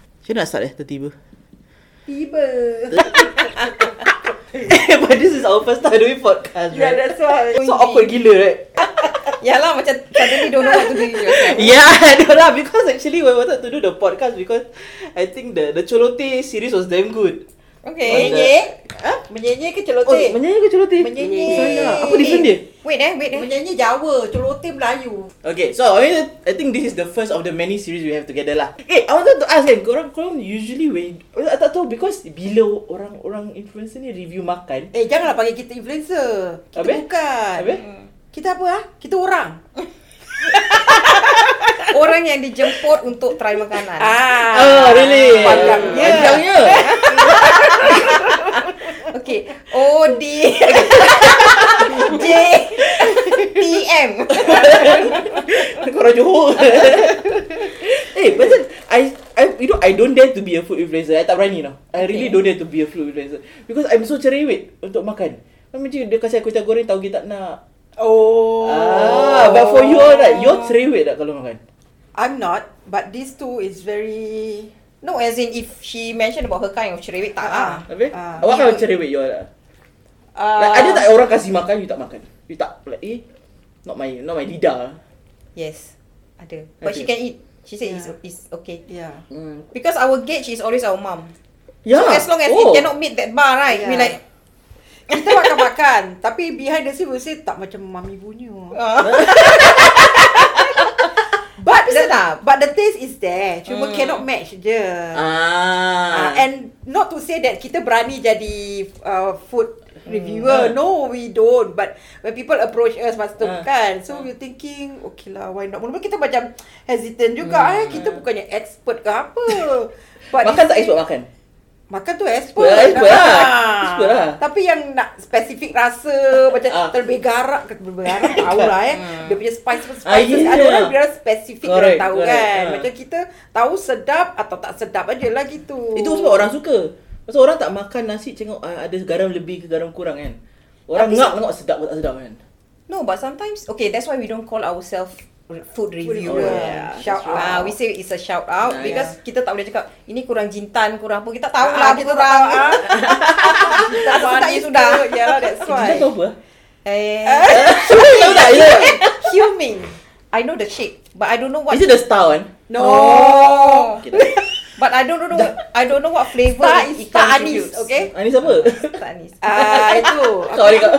Macam nak start eh tiba-tiba Tiba. But this is our first time doing podcast yeah, right Ya, that's why. So awkward gila right Yalah lah, macam suddenly don't know what to do with yourself. Yeah, no lah, because actually we wanted to do the podcast because I think the the Cholote series was damn good. Okay. Menyek? Ha? Menyanyi ke Oh, menyanyi ke Cholote? Menyanyi. Salah. Apa different dia? Wait eh, wait eh. Penyanyi Jawa, celoteh Melayu. Okay, so I mean, I think this is the first of the many series we have together lah. Eh, I wanted to ask kan, korang, korang usually when, I tak tahu because bila orang-orang influencer ni review makan, Eh, janganlah panggil kita influencer. Kita Habis? bukan. Habis? Hmm. Kita apa ah? Kita orang. Orang yang dijemput untuk try makanan. Ah. Oh, really? Panjangnya. Ya. Panjangnya. Okay. O D J T M. Korang Johor. eh, but then, I, I, you know, I don't dare to be a food influencer. I tak berani tau. I really Okay. don't dare to be a food influencer. Because I'm so cerewet untuk makan. Kan Macam dia kasih aku tak goreng, tahu kita tak nak. Oh. Ah, but for you all right, you're cerewet tak kalau makan? I'm not, but these two is very No, as in if she mentioned about her kind of cerewet tak lah. Ah. Habis? Ah, Awak kalau you- cerewet you all tak? Ah, uh, Like, ada tak orang kasih makan, you tak makan? You tak, like, eh, not my, not my lidah. Yes. Ada. But Ada. she can eat. She said it's, Yeah. it's okay. Yeah. Hmm. Because our gauge is always our mum. Yeah. So as long as oh. it cannot meet that bar, right? We Yeah. like, Ya. Kita makan-makan, tapi behind the scene we say tak macam mami punya. uh, But the, but the taste is there. Cuma Mm. cannot match je. Ah. Uh, and not to say that kita berani jadi uh, food Mm. reviewer. No, we don't. But when people approach us masa tu Ah. kan, so we're thinking, okay lah, why not? Mula-mula kita macam hesitant juga. Eh, kita bukannya expert ke apa. But makan tak this thing- expert makan? Makan tu expert. Expert, expert lah. Ah. Expert lah. Tapi yang nak spesifik rasa macam Ah. Hmm. terlebih garak ke terlebih garak tahu lah eh. Dia punya spice spices. Ah, yeah. Ada orang biar spesifik dia Correct, orang tahu correct. kan. Ah. Macam kita tahu sedap atau tak sedap aja lah gitu. Itu sebab orang suka. Pasal orang tak makan nasi tengok ah, ada garam lebih ke garam kurang kan. Orang Tapi ngak-ngak sedap ke tak sedap kan. no, but sometimes, okay, that's why we don't call ourselves food reviewer. reviewer. Yeah, shout that's out. Uh, right. we say it's a shout out Ah, yeah. because kita tak boleh cakap ini kurang jintan, kurang apa. Kita tahu Ah, lah kita kita tak kurang. tahu, ah. Kita tak ya sudah. Ya, that's Jintan why. tu apa? Eh, Tahu tak? Is it, Huming. I know the shape, but I don't know what. is it the star one? No. Oh. kan? Okay, tak. But I don't know. I don't know what flavor Star it, is it tak contributes. anis, okay? Ah, ni siapa? Tak anis. Ah, itu. Sorry kau.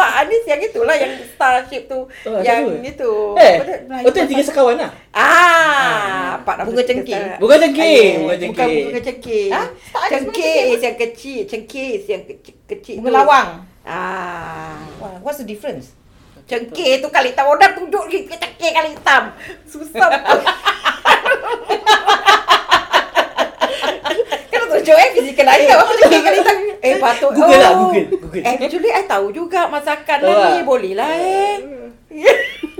Tak Anis yang itulah yang star shape Oh, tu. tak yang tahu. itu. Eh, Apa tu? Melayu oh tu yang tiga sekawan lah. Ah, empat Bunga apa cengkih. kita- Bunga cengkih, Ah, bunga Bukan cengkih. bunga cengkih. Ha? Tak ada bunga Cengkih cengkih is yang kecil, cengkih is yang kecil. kecil Bunga tu. lawang. Ah. Wah, What's the difference? Cengkih tu kali hitam. Orang tunjuk ni ke cengkih kali hitam. Susah betul. Kan tunjuk eh fizikal aja apa cakap kali tak. eh patut. Google Oh. lah, Google, Google. Eh, Actually, I tahu juga masakan Tahu lah tak? Eh, ni. Boleh lah eh.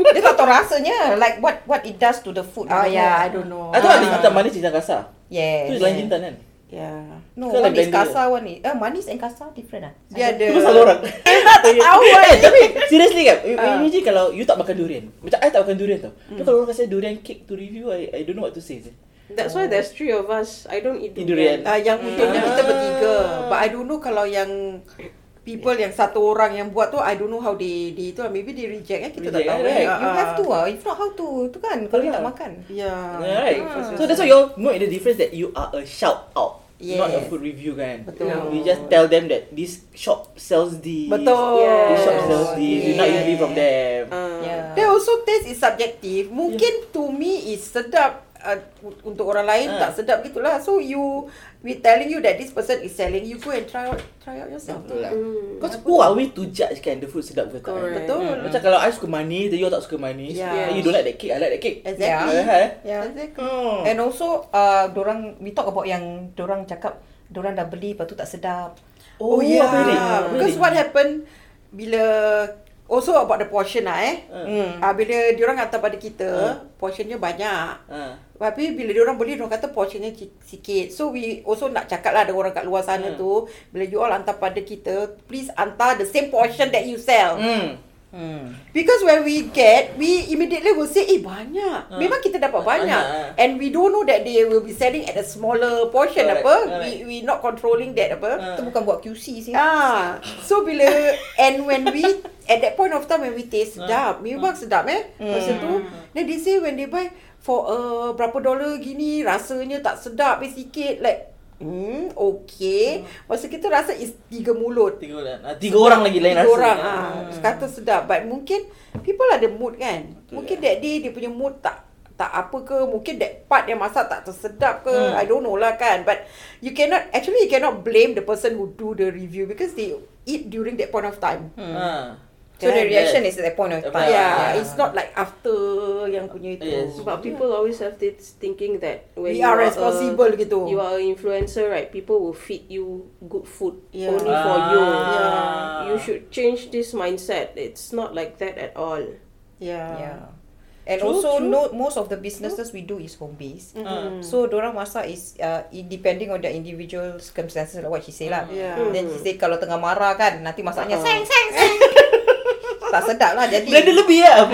Dia tak tahu rasanya like what what it does to the food. Oh don't yeah, know. I don't know. Ah, tu ada jintan manis, jintan kasar. Yes. Eh, Tu selain jintan kan? Yeah. No, Kan one like is blender. kasar, one is eh, manis and kasar different ah. Dia ada. Tu pun salah orang. Tak tahu lah. Eh, tapi seriously kan, Eh. Ah. Hmm. imagine kalau you tak makan durian. Macam I tak makan durian tau. Tapi kalau orang kasi durian cake to review, I I don't know what to say. seh. That's why there's three of us. I don't eat Eat durian. durian. Uh, yang untungnya kita Ah. bertiga. But I don't know kalau yang people yang satu orang yang buat tu I don't know how they they tu lah. maybe they reject eh kita tak Reject, tahu. right? eh. You Ah, have to ah. ah. If not how to? Tu kan kalau you Betul tak lah. makan. Yeah. Right. Ah. So that's why you all know the difference that you are a shout out, not a Yes. food review kan. Betul. You just tell them that this shop sells this. Betul. Ah. Yes. This shop sells this. You not Yes. usually from them. Uh, Yeah. They also taste is subjective. Mungkin to me is sedap uh, u- untuk orang lain Ah. tak sedap gitulah. So you we telling you that this person is selling you go and try out try out yourself. Betul lah. Mm. Hmm. Because who are we to judge kan the food sedap ke tak? kan? Correct. Betul. Macam kalau I suka manis, then you all tak suka manis. Then Yeah. You don't like that cake, I like that cake. Exactly. Yeah. eh? Yeah. Yeah. Exactly. Oh. And also uh, dorang we talk about yang dorang cakap dorang dah beli lepas tu tak sedap. Oh, yeah. apa ni? Apa Because ni? what happened bila also about the portion lah eh. Ah. Hmm. Ah bila diorang hantar pada kita, Ah. portionnya banyak. Ah. Tapi bila diorang beli, diorang kata portionnya ki- sikit. So we also nak cakap lah ada orang kat luar sana Hmm. tu, bila you all hantar pada kita, please hantar the same portion that you sell. Hmm. Hmm. Because when we get, we immediately will say, eh Ah. banyak. Memang kita Ah, dapat banyak. banyak, And we don't know that they will be selling at a smaller portion Correct, apa. correct. We we not controlling that apa. Ah. Itu bukan buat QC sih. Ah, so bila and when we at that point of time when we taste sedap, memang sedap eh. Masa tu, then they say when they buy for uh, berapa dolar gini rasanya tak sedap eh sikit like Hmm, okay. Masa kita rasa is tiga mulut. Tiga orang. Ah, tiga orang lagi lain Tiga rasa. Hmm. orang ah. Kata sedap but mungkin people ada mood kan. Betul. mungkin that day dia punya mood tak tak apa ke mungkin that part yang masak tak tersedap ke Hmm. I don't know lah kan but you cannot actually you cannot blame the person who do the review because they eat during that point of time. Hmm. Ah. So the Correct. reaction is at that point of Yeah. time. yeah, yeah. it's not like after yang punya itu. Yes. But people always have this thinking that when we you are a- responsible gitu. you are an influencer, right? People will feed you good food Yeah. only for you. Ah. You should change this mindset. It's not like that at all. yeah. Yeah. And True, also true. no most of the businesses we do is home based. Ah. So dorang masak is uh, it depending on the individual circumstances like what she say lah. Yeah. Then she say kalau tengah marah kan nanti masaknya Uh-uh. seng seng seng. tak sedap lah jadi. Blender lebih lah. Ah,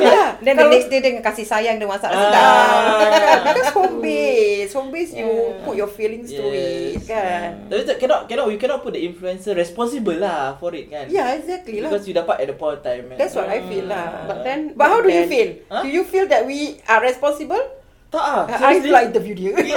Yeah. Then the Kalau- next day dia dengan kasih sayang dia masak Ah. sedap. Ah, because home based, home based you Yeah. put your feelings to it Yes. kan. Tapi tak cannot cannot you cannot put the influencer responsible lah for it kan. Yeah, exactly lah. Because you dapat at the point of time. kan. That's what I feel lah. But then, But how do you then- feel? Huh? Do you feel that we are responsible? Tak ah. I seriously. feel like interview dia. Ah,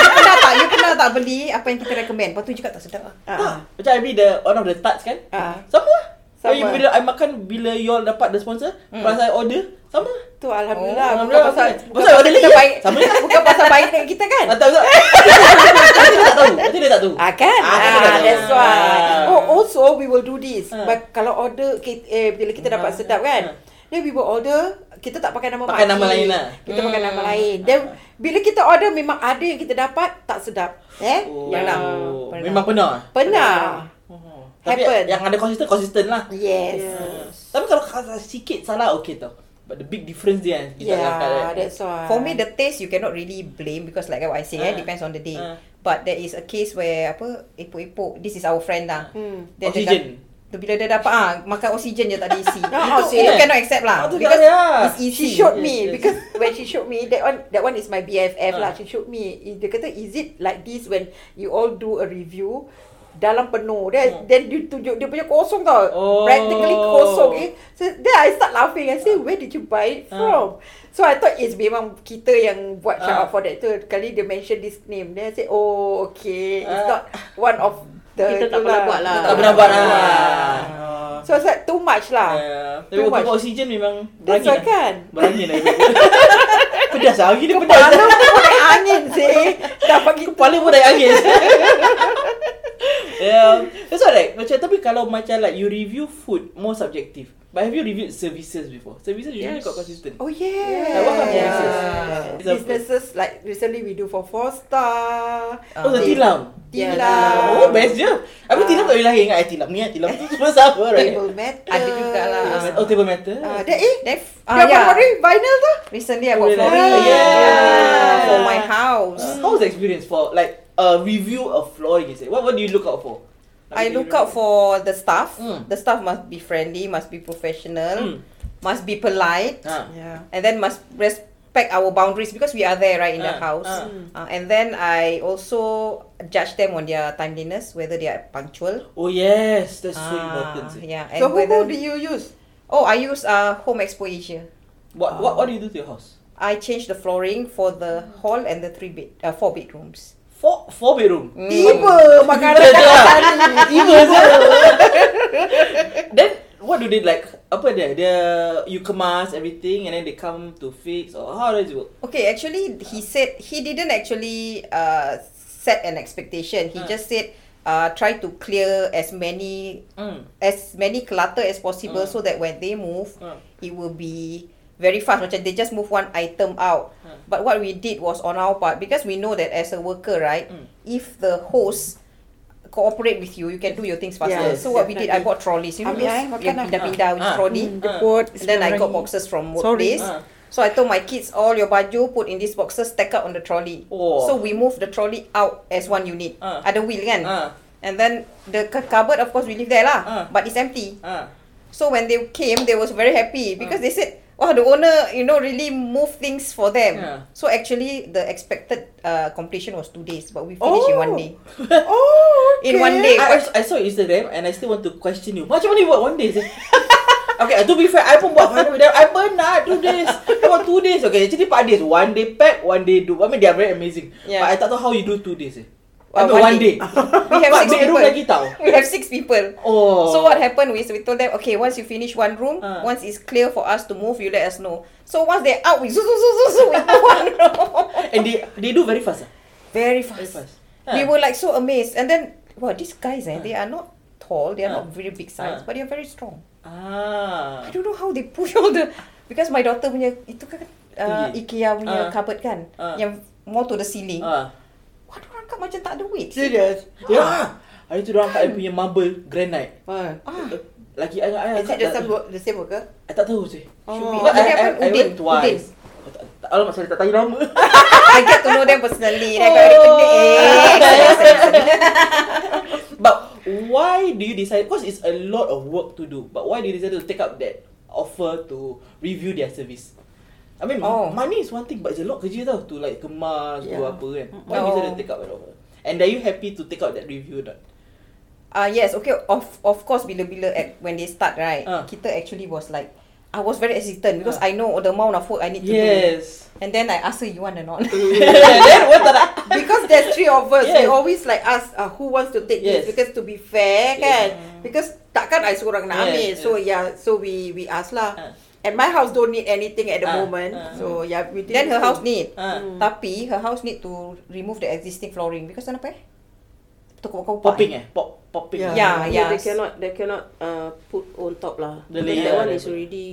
you pernah tak? You pernah tak beli apa yang kita recommend? Lepas tu you cakap tak sedap lah. Tak. Ah, Macam I beli the one of the tarts kan. Ah. Sama lah. Sama. Sama. Bila I makan bila you all dapat the sponsor, mm. pas I order, sama lah. tu alhamdulillah. Oh, Ah, bukan alhamdulillah. pasal Pasal bukan pasal order kita lagi. baik. Sama je. Ah, Bukan pasal baik dengan kita kan? Tak tahu tak. Nanti dia tak tahu. Nanti dia tak tahu. Ah kan? Ah, kan dia Ah, tak tahu. that's why. Ah. Oh, also we will do this. Ah. But kalau order ki- eh bila kita dapat Ah. sedap Ah. kan? Then we will order kita tak pakai nama Pakai makcik. nama lain lah. Ah. Kita pakai nama lain. Then bila kita order memang ada yang kita dapat tak sedap. Eh? Oh. Pernah. Pernah. Memang pernah. ah? Pernah. Oh. Tapi Happen. yang ada konsisten konsisten lah. Yes. Tapi kalau kata sikit salah okey tau. But the big difference dia kan. Kita Yeah, angkat, right? that's why. For me the taste you cannot really blame because like what I say eh, Uh, Ah. depends on the day. Ah. But there is a case where apa epok-epok this is our friend lah. Hmm. Dia Oksigen. Cakap, tu bila dia dapat ah makan oksigen je tak diisi. Ah, itu, oksigen. itu cannot accept lah. Ah, tu tak because ada lah. it's easy. She showed Yes, me yes. because when she showed me that one that one is my BFF lah. Ah. She showed me I- dia kata is it like this when you all do a review dalam penuh then then dia tunjuk dia punya kosong Ah. tau Oh. practically kosong eh so then I start laughing I say where did you buy it Ah. from so I thought it's memang kita yang buat shout Ah. out for that tu kali dia mention this name then I say oh okay it's Ah. not one of the Kita tak tu pernah buat lah. Tak pernah buat lah. so I said too much lah Ah, Tapi Too obat much. oksigen memang That's berangin why kan. Berangin lah. Pedas lah. Gila pedas. Kepala pun naik angin sih Dapat gitu Kepala pun dah angin. yeah. That's why like, macam, tapi kalau macam like you review food, more subjective. But have you reviewed services before? Services usually Yes. quite consistent. Oh Yeah, yeah. what kind of Yeah. businesses? Example. Businesses like recently we do for four star. Oh, the tilam. Yeah, Tila. Oh, best je. Habis Ah. tilam tak boleh lahir dengan air tilam ni. Tilam tu semua sama, right? Table matter. Ada jugalah. Oh, table matter. Ah, dah eh. Then f- Ah, ah, yeah. yeah. Flooring, vinyl tu. Recently I bought Yeah. flooring Yeah. for my house. Uh, how was the experience for like a review of flooring? Is it what? What do you look out for? I look out for the staff. Mm. The staff must be friendly, must be Mm. professional, must be polite. Ah. Yeah. and then must respect our boundaries because we are there right in the Ah, house ah. Uh, and then i also judge them on their timeliness whether they are punctual Oh yes, that's so Ah, important. seh. yeah and So who, whether who do you use? oh i use uh, home expo asia What what what do you do to your house? i change the flooring for the hall and the three bed uh, four bedrooms Four four bedroom. Mm. Tiba makanan Tiba je dah lah. tadi. Tiba je. Then what do they like? Apa dia? Dia you kemas everything and then they come to fix or how does it work? okay actually he said he didn't actually uh, set an expectation he Ah. just said uh, try to clear as many Mm. as many clutter as possible Mm. so that when they move Mm. it will be very fast macam they just move one item out Mm. but what we did was on our part because we know that as a worker right Mm. if the host cooperate with you you can do your things faster Yes, so what we did I definitely. bought trolleys you know Ambil, eh, those makan yang lah. pindah-pindah with Ah. trolley Mm. and then I got boxes from workplace Ah. so I told my kids all your baju put in these boxes stack up on the trolley Oh. so we move the trolley out as one unit Ah. ada wheel kan Ah. and then the cu- cupboard of course we leave there lah Ah. but it's empty Ah. So when they came, they was very happy because they said, "Wow, the owner, you know, really moved things for them." Yeah. So actually, the expected uh, completion was two days, but we finished in one Oh. day. Oh, In okay. one day. I, I, I saw Instagram and I still want to question you. Macam mana you buat one day? sih? okay, to be fair, I pun buat one day. I pernah do this. I buat two days. Okay, actually part days. One day pack, one day do. I mean, they are very amazing. Yeah. But I tak tahu how you do two days. Eh. I mean, Uh, one one day. day. We have But six bedroom people. lagi tau. We have six people. Oh. So what happened is we told them, okay, once you finish one room, Ah. once it's clear for us to move, you let us know. So once they're out, we zoom, zoom, zoom, zoom, zoom into one room. And they they do very fast. ah? Very Very fast. fast. We Ah. were like so amazed. And then, wow, these guys, eh, they are not tall, they Ah. are not very big Ah. size, but they are very strong. Ah. I don't know how they push all the... Because my daughter punya, itu kan uh, Tinggi. IKEA Ah. punya cupboard kan, Ah. yang more to the ceiling. Ah. Waduh, orang kat macam tak ada weight. Serious? Ya. Hari tu dia angkat I punya marble granite. Ah. Ah. Lagi I I Is it angkat the tak- same work, the same worker? I tak tahu sih. Oh. What I, did I, happen? I Udin? went twice. I tak- tak- Alamak, sorry, tak tanya nama. I get to know them personally. Then I got Oh. connect. But why do you decide? Because it's a lot of work to do. But why do you decide to take up that offer to review their service? I mean, Oh. money is one thing, but it's a lot kerja tau to like kemas, yeah. do Yeah. apa kan. Why do you decide to Oh. take up that offer? And are you happy to take out that review or not? Ah yes, okay. Of of course, bila-bila at when they start right, Ah. kita actually was like, I was very hesitant because Ah. I know the amount of work I need to do. Yes. Mm. And then I ask her, you want or not? Then what tak nak? because there's three of us, they Yes. always like ask uh, who wants to take Yes. this because to be fair Yes. kan, because takkan I seorang Yes, nak ambil, yes. so yeah, so we we ask lah. Ah. And my house don't need anything at the Ah, moment, ah. so yeah, we did. then her house need. Ah. Tapi her house need to remove the existing flooring because kenapa eh? Terkupak-kupak. Popping eh? Pop, popping. Yeah, Yeah. yeah, yeah. they cannot they cannot uh, put on top lah. The Because layer, that one the is layer. already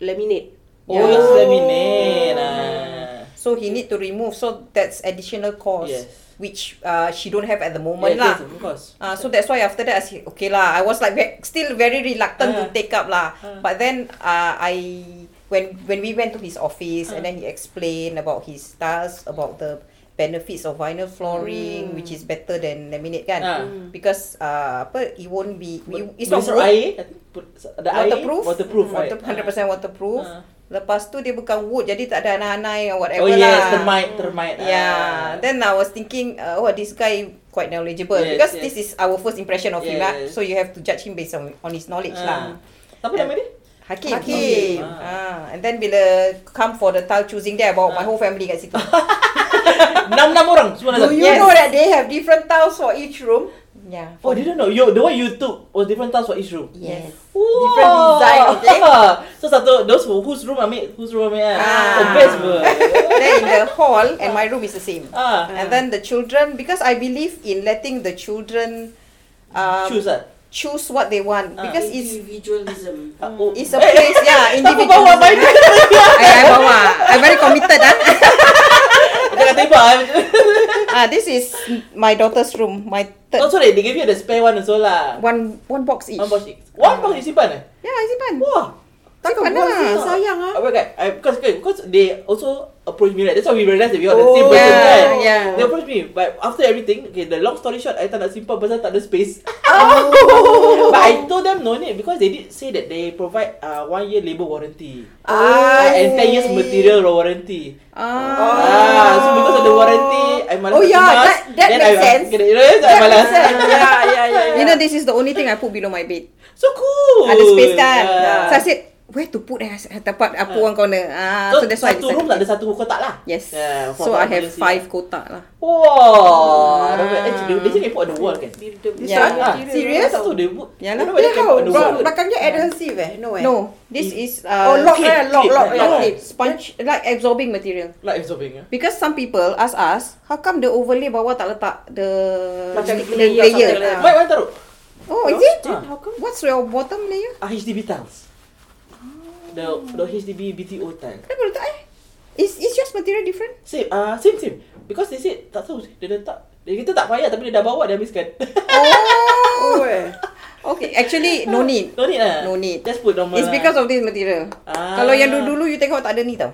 laminate. Oh, Yeah. it's laminate. ah. So he need to remove. So that's additional cost, Yes. which uh, she don't have at the moment Yes, lah. yes, of course. Uh, so that's why after that I said okay lah. I was like ve- still very reluctant Ah. to take up lah. Ah. But then uh, I when when we went to his office Uh-huh. and then he explained about his styles, about the benefits of vinyl flooring, Mm. which is better than laminate kan? Ah. Because uh, apa it won't be we, it's But not it's wood, air, I think put- the air, waterproof, waterproof, right? Water- 100% waterproof. Ah. Lepas tu dia bukan wood, jadi tak ada anai-anai or Oh whatever lah. yes, termite, termite. Yeah. ah. Then I was thinking, uh, oh, this guy quite knowledgeable Yes, because yes. this is our first impression of him, Yes. lah. So you have to judge him based on on his knowledge, Ah. lah. Apa nama dia? Hakim. Hakim. Ah. and then bila come for the tile choosing there, I bawa Ah. my whole family kat situ. Enam-enam orang semua nazar. Do you Yes. know that they have different tiles for each room, yeah. Oh, they don't know. You, the one you took was different tiles for each room. Yes. Different design, okay? so satu, those who, whose room ambil, whose room ambil kan? Ah. The best ber. then in the hall and my room is the same. ah. And then the children, because I believe in letting the children um, Choose lah. choose what they want Ah. because it's individualism. Ah, oh. It's a place, yeah, Aku individual. bawa main I, I bawa. I very committed ah. Dia kata ibu ah, this is my daughter's room. My Oh third sorry, they give you the spare one also lah one one box each. One box each One box you simpan eh? Yeah, I simpan. Wah takkan Simpan lah. boleh sayang ah. I went like, Oh, I, because, because they also approached me right That's how we realised that we are the same Oh, person yeah, kan yeah. They approached me But after everything Okay, the long story short I tak nak simpan pasal tak ada space Oh. But Oh. I told them no need Because they did say that they provide uh, One year labour warranty Ah, uh, And 10 years material warranty Ah. Ah, so because of the warranty, I malas Oh, yeah, kemas. that- that Then makes I, sense. You know, yes, I That malas. makes sense. Yeah, yeah, yeah. You know, this is the only thing I put below my bed. So cool. Ada space kan. Yeah. So I said, where to put eh? I said, Tempat I put one corner. Ah, So, so, that's why I satu room tak ada decided. satu kotak lah. Yes. Yeah, for- so for I have emergency. five kotak lah. Wow. Not bad. Actually, they, they can put on the wall kan. Build- Yeah. build- Ah, Serious? Tak tahu they put. Yalah. I don't know whether Then they can how? put on the wall. Bel- Belakangnya adhesive eh? No eh? No, this If- is uh, Oh, lock clip, eh? Lock, clip, lock, like lock. lock. clip. sponge like absorbing material. Like absorbing. eh? Because some people ask us, how come the overlay bawah tak letak the Macam the Ah, layer something like Mic mana taruh? Oh, is it? Ah. How come? What's your bottom layer? Ah, HDB tiles. The the HDB BTO tile. Kenapa letak eh? Is is yours material different? Same, ah uh, same same. Because they said tak tahu dia letak. Dia kita tak payah tapi dia dah bawa dia habiskan. Oh. Oh, eh. okay, actually no need. no need lah. No need. Just put normal. It's lah. because of this material. Ah. Kalau yang dulu-dulu you tengok tak ada ni tau.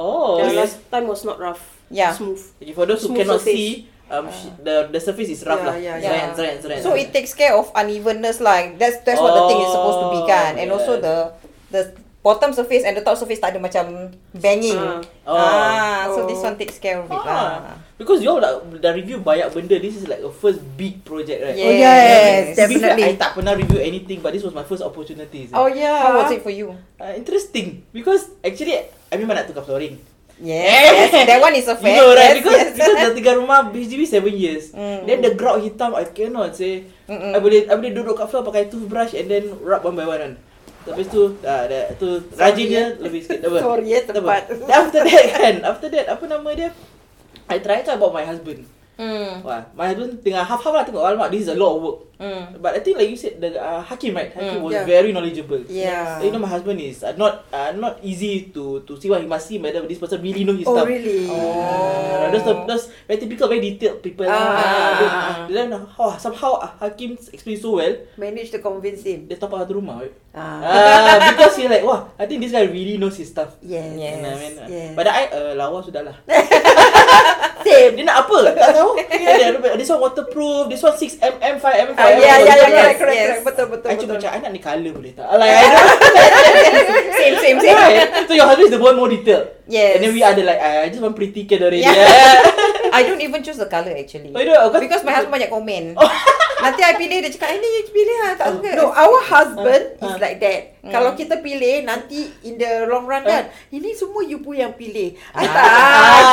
Oh. Yeah, yes. last time was not rough. Yeah. Smooth. Okay, for those who Smooth cannot surface. see, um, she, the the surface is rough lah. Yeah, yeah, Zeret, yeah. zeret, zeret. So it takes care of unevenness lah. That's that's what the thing is supposed to be kan. And Oh, also yes. the the bottom surface and the top surface tak ada macam banging. Ah. Oh. Ah, so Oh. this one takes care of it Ah, lah. because you all dah, dah review banyak benda. This is like a first big project, right? Yes, To be fair, I definitely. tak pernah review anything, but this was my first opportunity. Oh yeah. How was it for you? Uh, interesting because actually I memang nak tukar flooring. Yes, that one is a fact. You know right yes, because yes. because dah tiga rumah HDB 7 years. Mm. Then the grout hitam I cannot say. Mm-mm. I boleh I boleh duduk kat floor pakai toothbrush and then rub one by one kan. Lepas tu dah dah tu rajinnya lebih sikit apa. Sorry, eh, Tak apa. tempat. Then after that kan, after that apa nama dia? I try to about my husband. Mm, Wah, my husband tengah half-half lah tengok alamak this is a lot of work. mm. But I think like you said the uh, Hakim right? Hakim Mm, was yeah. very knowledgeable. Yeah. You know my husband is uh, not uh, not easy to to see what he must see whether this person really know his Oh stuff. really? Uh, those those very typical very detailed people. Ah, Ah, ah, then, ah, ah. then oh, somehow uh, Hakim explain so well. Manage to convince him. Dia top up satu rumah. right? Ah. Ah, because he like wah, I think this guy really knows his stuff. Yes. You know what I mean? yes. Pada I uh, lawa sudahlah. Same. Dia nak apa? Tak tahu. Dia ada- This one waterproof. This one 6 mm, 5 mm, 5 mm. Ah, yeah, ya, yeah, yeah, Yes, correct, correct, yes. correct. Betul, betul, I betul. cuma macam I nak ni colour boleh tak? Like I don't Same, same, same. Right. So your husband is the one more detailed. Yes. And then we are the like, "Ah, I I just want pretty kid already. Yeah. Yeah. I don't even choose the colour actually. Oh, you don't- because- because my husband banyak komen. Oh. Nanti I pilih dia cakap, "Ini you pilih ah, tak suka." No, our husband Ah, is ah. like that. Mm. Kalau kita pilih nanti in the long run kan, ini semua you pun yang pilih. Ah. I tak.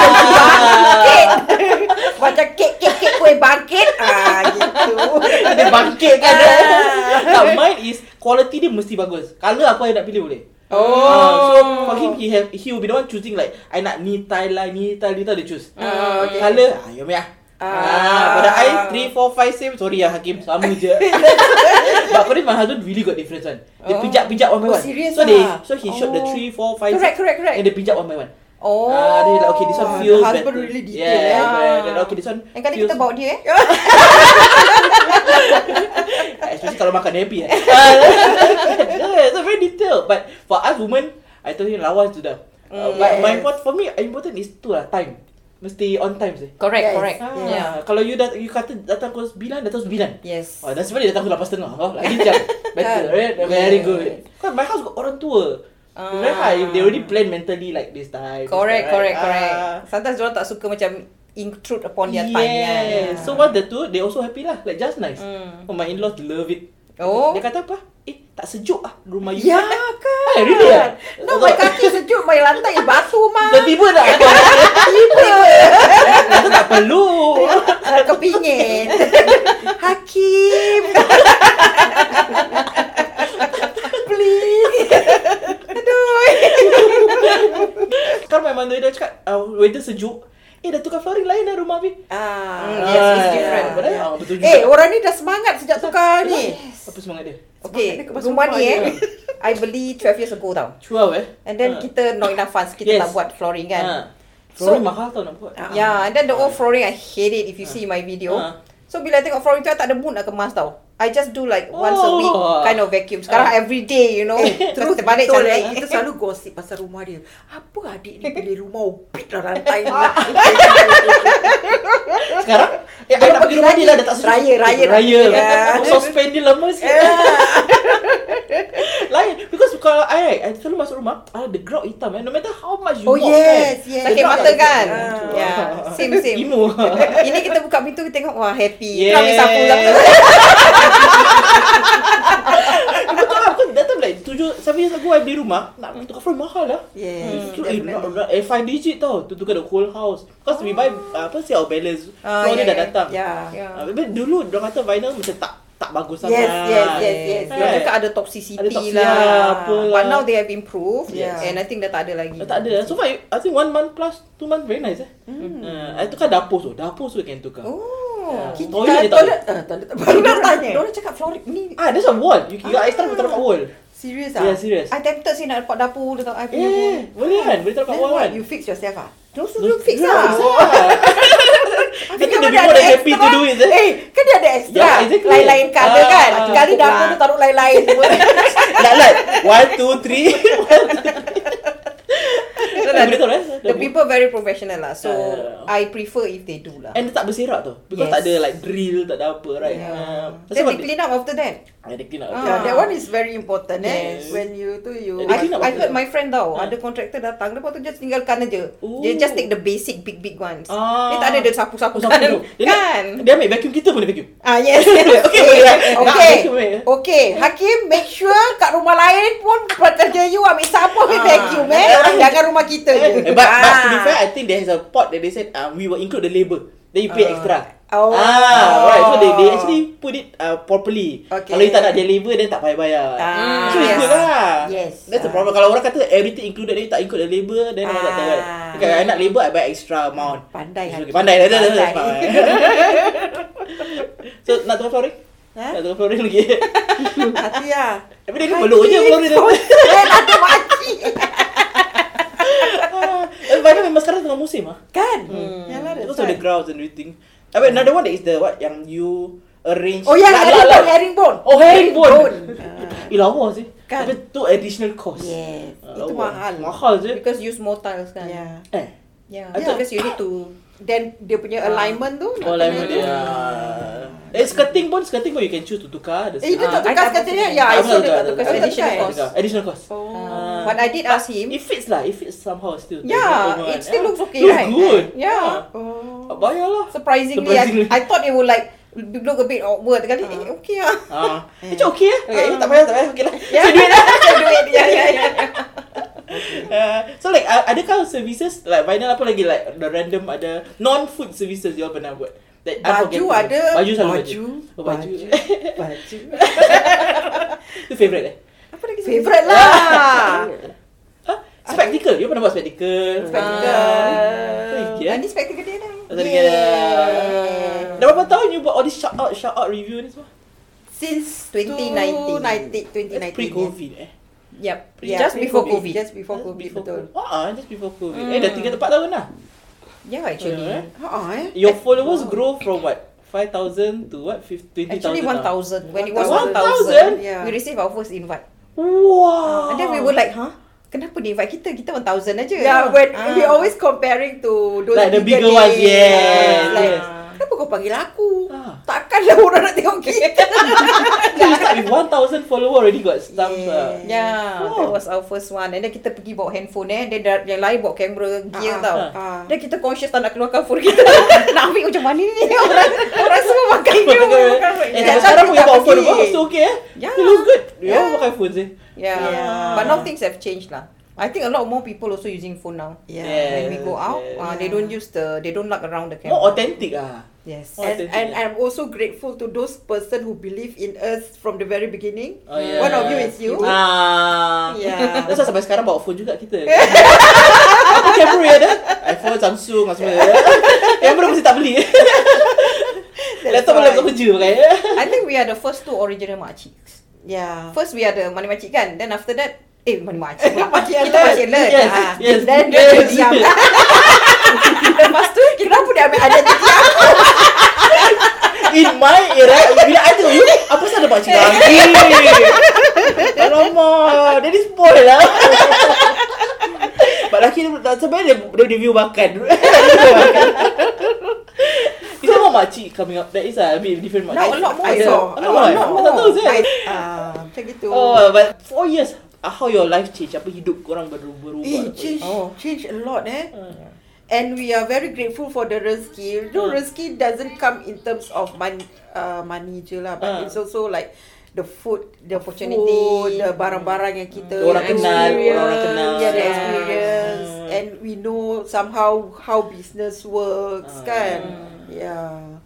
Ah. Macam kek kek kek kuih bangkit ah gitu. Dia bangkit kan Ah. Tak mine is Quality dia mesti bagus Colour apa yang nak pilih boleh Oh. Ah, so for him he have he will be the one choosing like I nak ni tie lah ni tie ni tie dia choose. Ah, okay. Colour ah you meh. Ah, pada I 3 4 5 same sorry ah Hakim sama je. But for this my husband really got difference one. Dia Oh. pijak-pijak one by Oh, one. serious so they ah? so he shot the Oh. 3 4 5 Correct, correct, correct. Oh, And they pijak one by one. Oh. Ah, then like okay this one the feels husband better. really detail, yeah, eh. correct. Then, okay this one. Yang Ah. kan kali feels- kita bawa dia eh. Especially kalau makan happy eh. Ah. yeah, so very detailed. But for us women, I told him lawa sudah. Uh, Mm, but my yes. import, for me important is tu lah time. Mesti on time sih. Correct, Yes. correct. Ah, Yeah. Kalau you dat you kata datang pukul 9, datang 9. Yes. Oh, dan sebalik datang pukul 8.30. Oh, lagi jam. Better, Kan? right? Very Yes. good. Kan my house got orang tua. Ah. Very high. They already plan mentally like this time. this Correct, time, correct, right? correct. Ah. Sometimes orang tak suka macam intrude upon their time kan. Yes. So what the two, they also happy lah. Like just nice. Mm. Oh, my in-laws love it. Oh. Dia kata apa? Eh, tak sejuk ah rumah you. Ya kan? Eh, really ah? No, my kaki sejuk, my lantai batu mah. Tiba-tiba dah. Tiba. tak perlu. Kepingin. Hakim. Please. Kan memang dia dah cakap, uh, weather sejuk. Eh, dah tukar flooring lain dah rumah Abi. Mm, Ah. yes, it's Ah, different. oh, Betul Yeah. ah, betul juga. Eh, orang ni dah semangat sejak tukar ni. Apa semangat dia? Okay, Sebab dia kebasuh rumah rumah ni dia. eh. I beli 12 years ago tau. Cuaw eh. And then Ah. kita not enough funds. Kita Yes. tak buat flooring kan. Ah. So- Flooring mahal tau nak buat. Ya, Ah. Yeah, and then the old flooring, I hate it if you Ah. see my video. Ah. So bila I tengok flooring tu, I tak ada mood nak kemas tau. I just do like once a week Oh. kind of vacuum. Sekarang Ah. every day, you know. Terus Terus terbalik betul eh. cantik. Kita selalu gosip pasal rumah dia. Apa adik ni beli rumah opit lah rantai ni. Sekarang? Eh, I Belum nak pergi pergi rumah dia lagi. lah dah tak sejuk. Raya, raya dah. Raya. Ya. Suspend dia lama sikit. Lain because kalau I I selalu masuk rumah, ah the grout hitam eh. No matter how much you Oh, mop, yes, kan, yes. the Sakit grout mata hitam. kan? Ah. Yeah, same, same. Emo. Ini kita buka pintu, kita tengok, wah happy. Yes. Kami sapu lah. Betul lah, because that time like 7 7 years ago I beli rumah, nak tukar frame mahal lah. Yes. Kira, eh, not, not, eh, five digit tau to tukar the whole house Because we buy uh, Apa sale of balance Ah, Floor dia yeah, dah yeah. datang Yeah. Ah, But dulu Diorang kata vinyl macam tak Tak bagus sangat Kan? Yes, yes, yes, yes. Dia Right. cakap kan ada toxicity Ada toxic- yeah, lah. apa But lah. now they have improved. Yeah. And I think dah tak ada lagi. Ah, Tak ada. So far, I think one month plus two month very nice eh. Hmm. Uh, I tukar dapur tu. Dapur tu can tukar. Oh. Oh. Kita toilet dia tak boleh. eh, Baru nak tanya. Diorang cakap flooring ni. Ah, that's a wall. You you got Ah. extra boleh tarup kat wall. Serius ah? Yeah, Ya, serious. I tempted sih nak lepak dapur dekat I punya wall. Yeah, boleh kan? Boleh tarup kat Then wall kan? what? You fix yourself ah? Terus dulu fix Yeah, lah. exactly. Dia kena be more than happy to do it eh. Eh, kan dia ada extra. Yeah, exactly. Lain-lain colour Ah, kan. ah, Kali cukup dapur lah. tu taruh lain-lain semua. Lat lat. One, two, three. One, two, three. Dan lah. Betul eh The people very professional lah. So Yeah, yeah, yeah. I prefer if they do lah. And dia tak berserak tu Because Yes. tak ada like drill Tak ada apa right Yeah. Ah, Then That's what they clean up after that. Yeah, they clean up Ah. Yeah, that one is very important Yes. eh. When you tu you They I, clean up after I heard that. my friend tau, Ah. ada contractor datang, lepas tu just tinggalkan aja. Dia Ooh. just take the basic big big ones. Ah. Dia tak ada dia sapu-sapu Sapu kan. tu. Dia nak- Kan? Dia ambil vacuum kita pun dia vacuum Ah yes. Okay boleh right Nak Okay. vacuum, eh. Okay, Hakim make sure kat rumah lain pun pekerja you ambil sapu ah. vacuum eh. Jangan rumah kita je. Eh, But, but to Ah. be fair, I think there is a pot that they said uh, we will include the labor. Then you pay Oh. extra. Oh. Ah, right. So they, they actually put it uh, properly. Okay. Kalau you tak nak dia labor, then tak payah bayar. Ah, So it's yes. good lah. Yes. That's the Ah. problem. Kalau orang kata everything included, then you tak include the labor, then orang tak tahu. right? Ah. Okay, I nak labor, I buy extra amount. Pandai It's Hakim. okay. Pandai. Pandai. Pandai. Pandai. so nak tukar flooring? Ha? Nak tukar flooring lagi? Hati ah. Tapi dia peluk je flooring. dia. Eh, Then ada maki. Ah, eh, Padahal memang sekarang tengah musim ah. Kan? Hmm. Yalah Because that's of the why. crowds and everything. I Kan. mean, another one that is the what yang you arrange. ya, Oh yeah, Lah, lah, herringbone, lah. herringbone. Oh herringbone. Herringbone. Eh lawa sih. Kan? Tapi tu additional cost. Yes. Ah, Itu lawa. mahal. Mahal sih. Because use more tiles kan. Yeah. Eh. Yeah. I thought- Because you need to Then dia punya Ya. Ah. alignment tu. nak Oh lemon kena dia. tu. Eh skirting pun skirting pun you can choose to tukar. The Eh, you skirting. Ah, tak tukar I- I katanya. tak Ah, Ya, I saw betul, dia tak betul, tukar. betul. Kau tak Additional tukar. cost. Ah, Tukar. Additional cost. Oh. But I did ask him. It fits lah. It fits somehow still. Yeah, Overall, it still yeah. looks okay, Looks right? good. Yeah. Oh. Ah, Bayar lah. surprisingly, Surprisingly. I, I thought it would like look a bit awkward kali. Eh, okay ah. Ah, macam okay lah. Okay, tak payah, tak payah. Okay lah. Yeah. duit lah. duit. Yeah, yeah, yeah. Uh, so like uh, adakah services like vinyl apa lagi like the random ada non food services you all pernah buat? That Baju unforgettable. ada. Baju selalu baju. Oh, baju. Baju. Baju. Itu favourite eh? Apa lagi? Favorite lah. Huh? Spectacle. You pernah buat spectacle? Spectacle. Thank you. eh. Yeah. Ini spectacle Ah, dia dah. Yeah. kan, eh. Dah berapa tahun you buat all this shout out shout out review ni semua? Since 2019. 2019. That's pre-COVID eh. Yep. Yeah, Just before COVID. Just before COVID, betul. Ah, ah, just before COVID. Eh, dah tiga empat tahun lah. Yeah, actually. Yeah, eh? Ha eh. Your followers grow from what? 5,000 to what? 50 20,000 Actually now. 1,000. When it was 1,000? 1,000, Yeah. we received our first invite. Wow. And then we were like, huh? Kenapa dia invite kita? Kita 1,000 aja. Yeah, when we Ah. always comparing to those Like the bigger days. ones, yes, Ah, like, yes. Kenapa kau panggil aku? Ah. Takkanlah orang nak tengok kita. Then you start with 1,000 follower already got stamps lah. Yeah, Yeah. Oh. that was our first one. And then kita pergi bawa handphone eh. Dia dah, yang lain bawa kamera gear Ah, tau. ah. Then kita conscious tak nak keluarkan phone kita. nak ambil macam mana ni orang. Orang semua makan dia. makan phone. Eh, Yeah. tapi sekarang punya tak bawa phone pergi. bawa so okay eh. Yeah. It looks good. You Yeah. all eh. pakai phone sih. Yeah. Yeah. But now things have changed lah. I think a lot more people also using phone now. Yeah. When we go out, Yes. uh, they don't use the, they don't lug around the camera. More authentic ah. Yes. Oh, and, thank you. and I'm also grateful to those person who believe in us from the very beginning. Oh, yeah. One of you is you. Ah. Yeah. That's why sampai sekarang bawa phone juga kita. Apa kamera ada? iPhone, Samsung, apa semua. Kamera mesti tak beli. Laptop pun why. laptop kerja kan? pakai. I think we are the first two original makciks. Yeah. First we are the money makcik kan. Then after that, eh money makcik. pula. Makcik kita alert. makcik alert. Yes, Ah. yes, Then dia yes. yes. diam. ah. Lepas tu Kenapa dia ambil ada In my era, bila I tengok you, apa sahaja ada pakcik lagi? Alamak, that is spoil lah. Pak laki dia tak sebenarnya dia, dia review makan. Is that more makcik coming up? That is a bit different makcik. Now a lot more, Ada. I saw. A lot more. I tak tahu saya. Ah, macam gitu. Oh, but four years. uh, How your life change? Apa hidup korang ber- berubah? Eh, change, Oh. change a lot eh. Ah. And we are very grateful for the rezeki. You Ah. know, rezeki doesn't come in terms of money, uh, money je lah, but Ah. it's also like the food, the Opportunity. food, the barang-barang yang Hmm. kita Orang kenal, orang kenal. yeah, the Yeah. experience, Ah. and we know somehow how business Ah. works, kan? Yeah.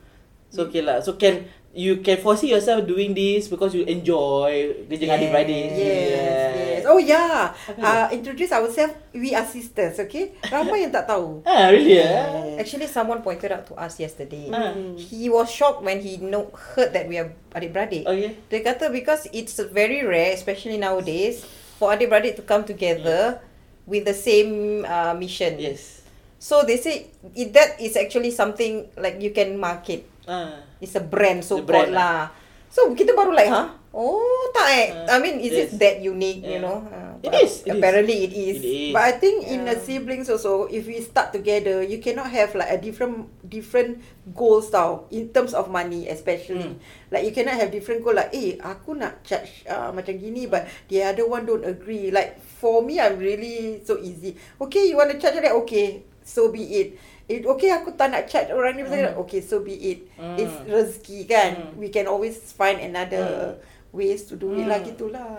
So okay lah. So can you can foresee yourself doing this because you enjoy kerja dengan adik-beradik. Yes, yes. Oh. Oh yeah. Apa Ah, Uh, introduce ourselves. We are sisters, okay? Ramai yang tak tahu. Ah, really yeah. Actually, someone pointed out to us Eh. yesterday. Ah. He was shocked when he know, heard that we are adik-beradik. Okay. Dia kata because it's very rare, especially nowadays, for adik-beradik to come together with the same uh, mission. Yes. So they say it, that is actually something like you can market. Ah. It's a brand so brand called lah. So kita baru like, huh? Oh, tak eh. Ah, I mean, is yes. it that unique, you Yeah. know? Uh, It is, it is. apparently it is. It is. But I think in Yeah. the siblings also, if we start together, you cannot have like a different different goals tau in terms of money especially. Like you cannot have different goal like, eh, aku nak charge uh, macam gini, but the other one don't agree. Like for me, I'm really so easy. Okay, you want to charge like that? Okay, so be it. It okay aku tak nak chat orang ni mm. okay so be it mm. it's rezeki kan mm. we can always find another mm. ways to do mm. it lah gitulah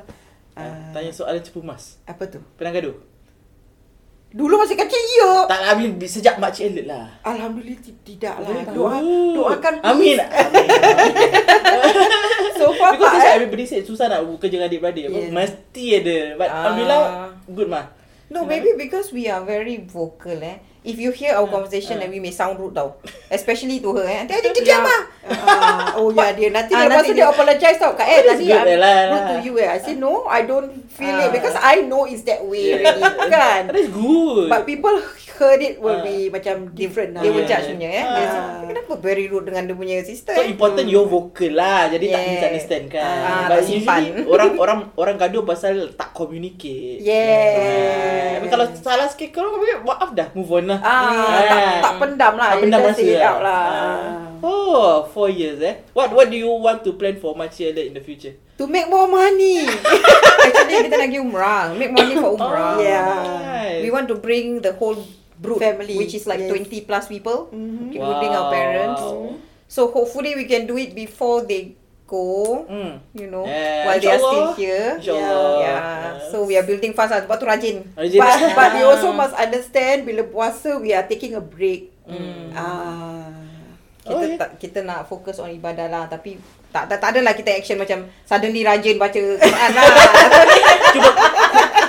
Uh, Ah, Tanya soalan cepu mas apa tu Pernah gaduh? Dulu masih kecil ya. Tak lah, I mean, sejak makcik elit lah Alhamdulillah ti- tidak lah. Oh. Doa, doakan. Amin Amin So far Because that's what Pak, eh. everybody said Susah nak kerja dengan adik-beradik yeah. Yeah. Mesti ada But Ah. Alhamdulillah Good mah Uh-huh. No, maybe because we are very vocal eh. If you hear Uh, our conversation, then we may sound rude tau. Especially to her eh. Nanti adik Ya. dia diam lah. Ah, oh ya dia nanti Ah, dia lepas nanti tu dia dia- apologize tau. Kak eh That is tadi good, I'm lah, rude lah. to you eh. I say no, I don't feel it Ah. because I know it's that way Yeah. already kan. That is good But people heard it will Ah. be macam different lah. Dia will Yeah. judge punya eh. Dia cakap, Kenapa very rude dengan dia punya sister So eh? important your vocal lah Jadi tak Yes. misunderstand kan Ah, But tak simpan. usually orang orang orang gaduh pasal tak communicate Yes. Tapi kalau salah sikit korang maaf dah move on lah Ah, tak, tak pendam lah. Tak You pendam just masa say it lah. out lah. Ah. Oh, four years eh. What what do you want to plan for Makcik Alert in the future? To make more money. Actually, kita nak pergi umrah. Make money Oh, for Oh, Ah, umrah. yeah. We want to bring the whole brood, Family, which is like yes. 20 plus people, Mhm. including our Wow. parents. So hopefully we can do it before they go, Hmm. you know, Yeah, while they are still insyaAllah. here. InsyaAllah. Yeah, so we are building fast lah. Sebab tu rajin. Rajin. But but you also must understand bila puasa we are taking a break. Hmm. Ah. Kita Oh, oh, yeah. tak, kita nak fokus on ibadah lah. Tapi tak, tak, tak adalah kita action macam suddenly rajin baca Quran lah. Cuma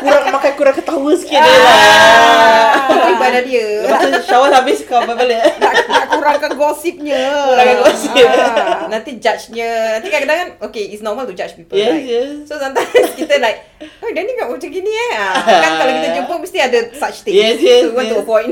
kurang makan kurang ketawa sikit ah. lah. Ah, Itu ibadah dia. Lepas tu shower habis kau balik. nak, nak kurangkan gosipnya. Kurangkan gosip. Ah, nanti judge-nya. Nanti kadang-kadang kan, okay, it's normal to judge people, Yes, right? yes. So sometimes kita like, oh, dia ni kat macam gini eh. Ah, kan kalau kita jumpa, mesti ada such things. Yes, yes, We want to yes. avoid.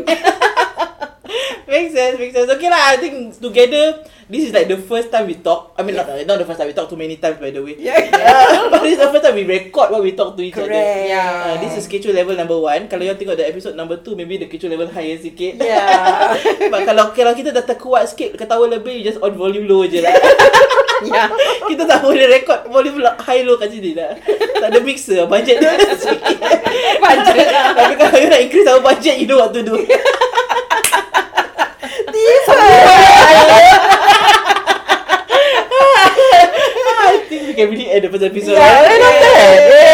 Makes sense, makes sense. Okay lah, I think together, this is like the first time we talk. I mean, not, not the first time, we talk too many times by the way. Yeah. Yeah. but this is the first time we record what we talk to each other. Uh, Correct. Yeah. this is schedule level number one. Kalau you tengok the episode number two, maybe the schedule level higher sikit. Yeah. But kalau kalau kita dah terkuat sikit, ketawa lebih, you just on volume low je lah. yeah. kita tak boleh record volume lo- high low kat sini lah. Tak ada mixer, budget dia sikit. Budget lah. Tapi kalau you nak increase our budget, you know what to do. I think we can really end the first episode. Yeah, right? yeah, yeah,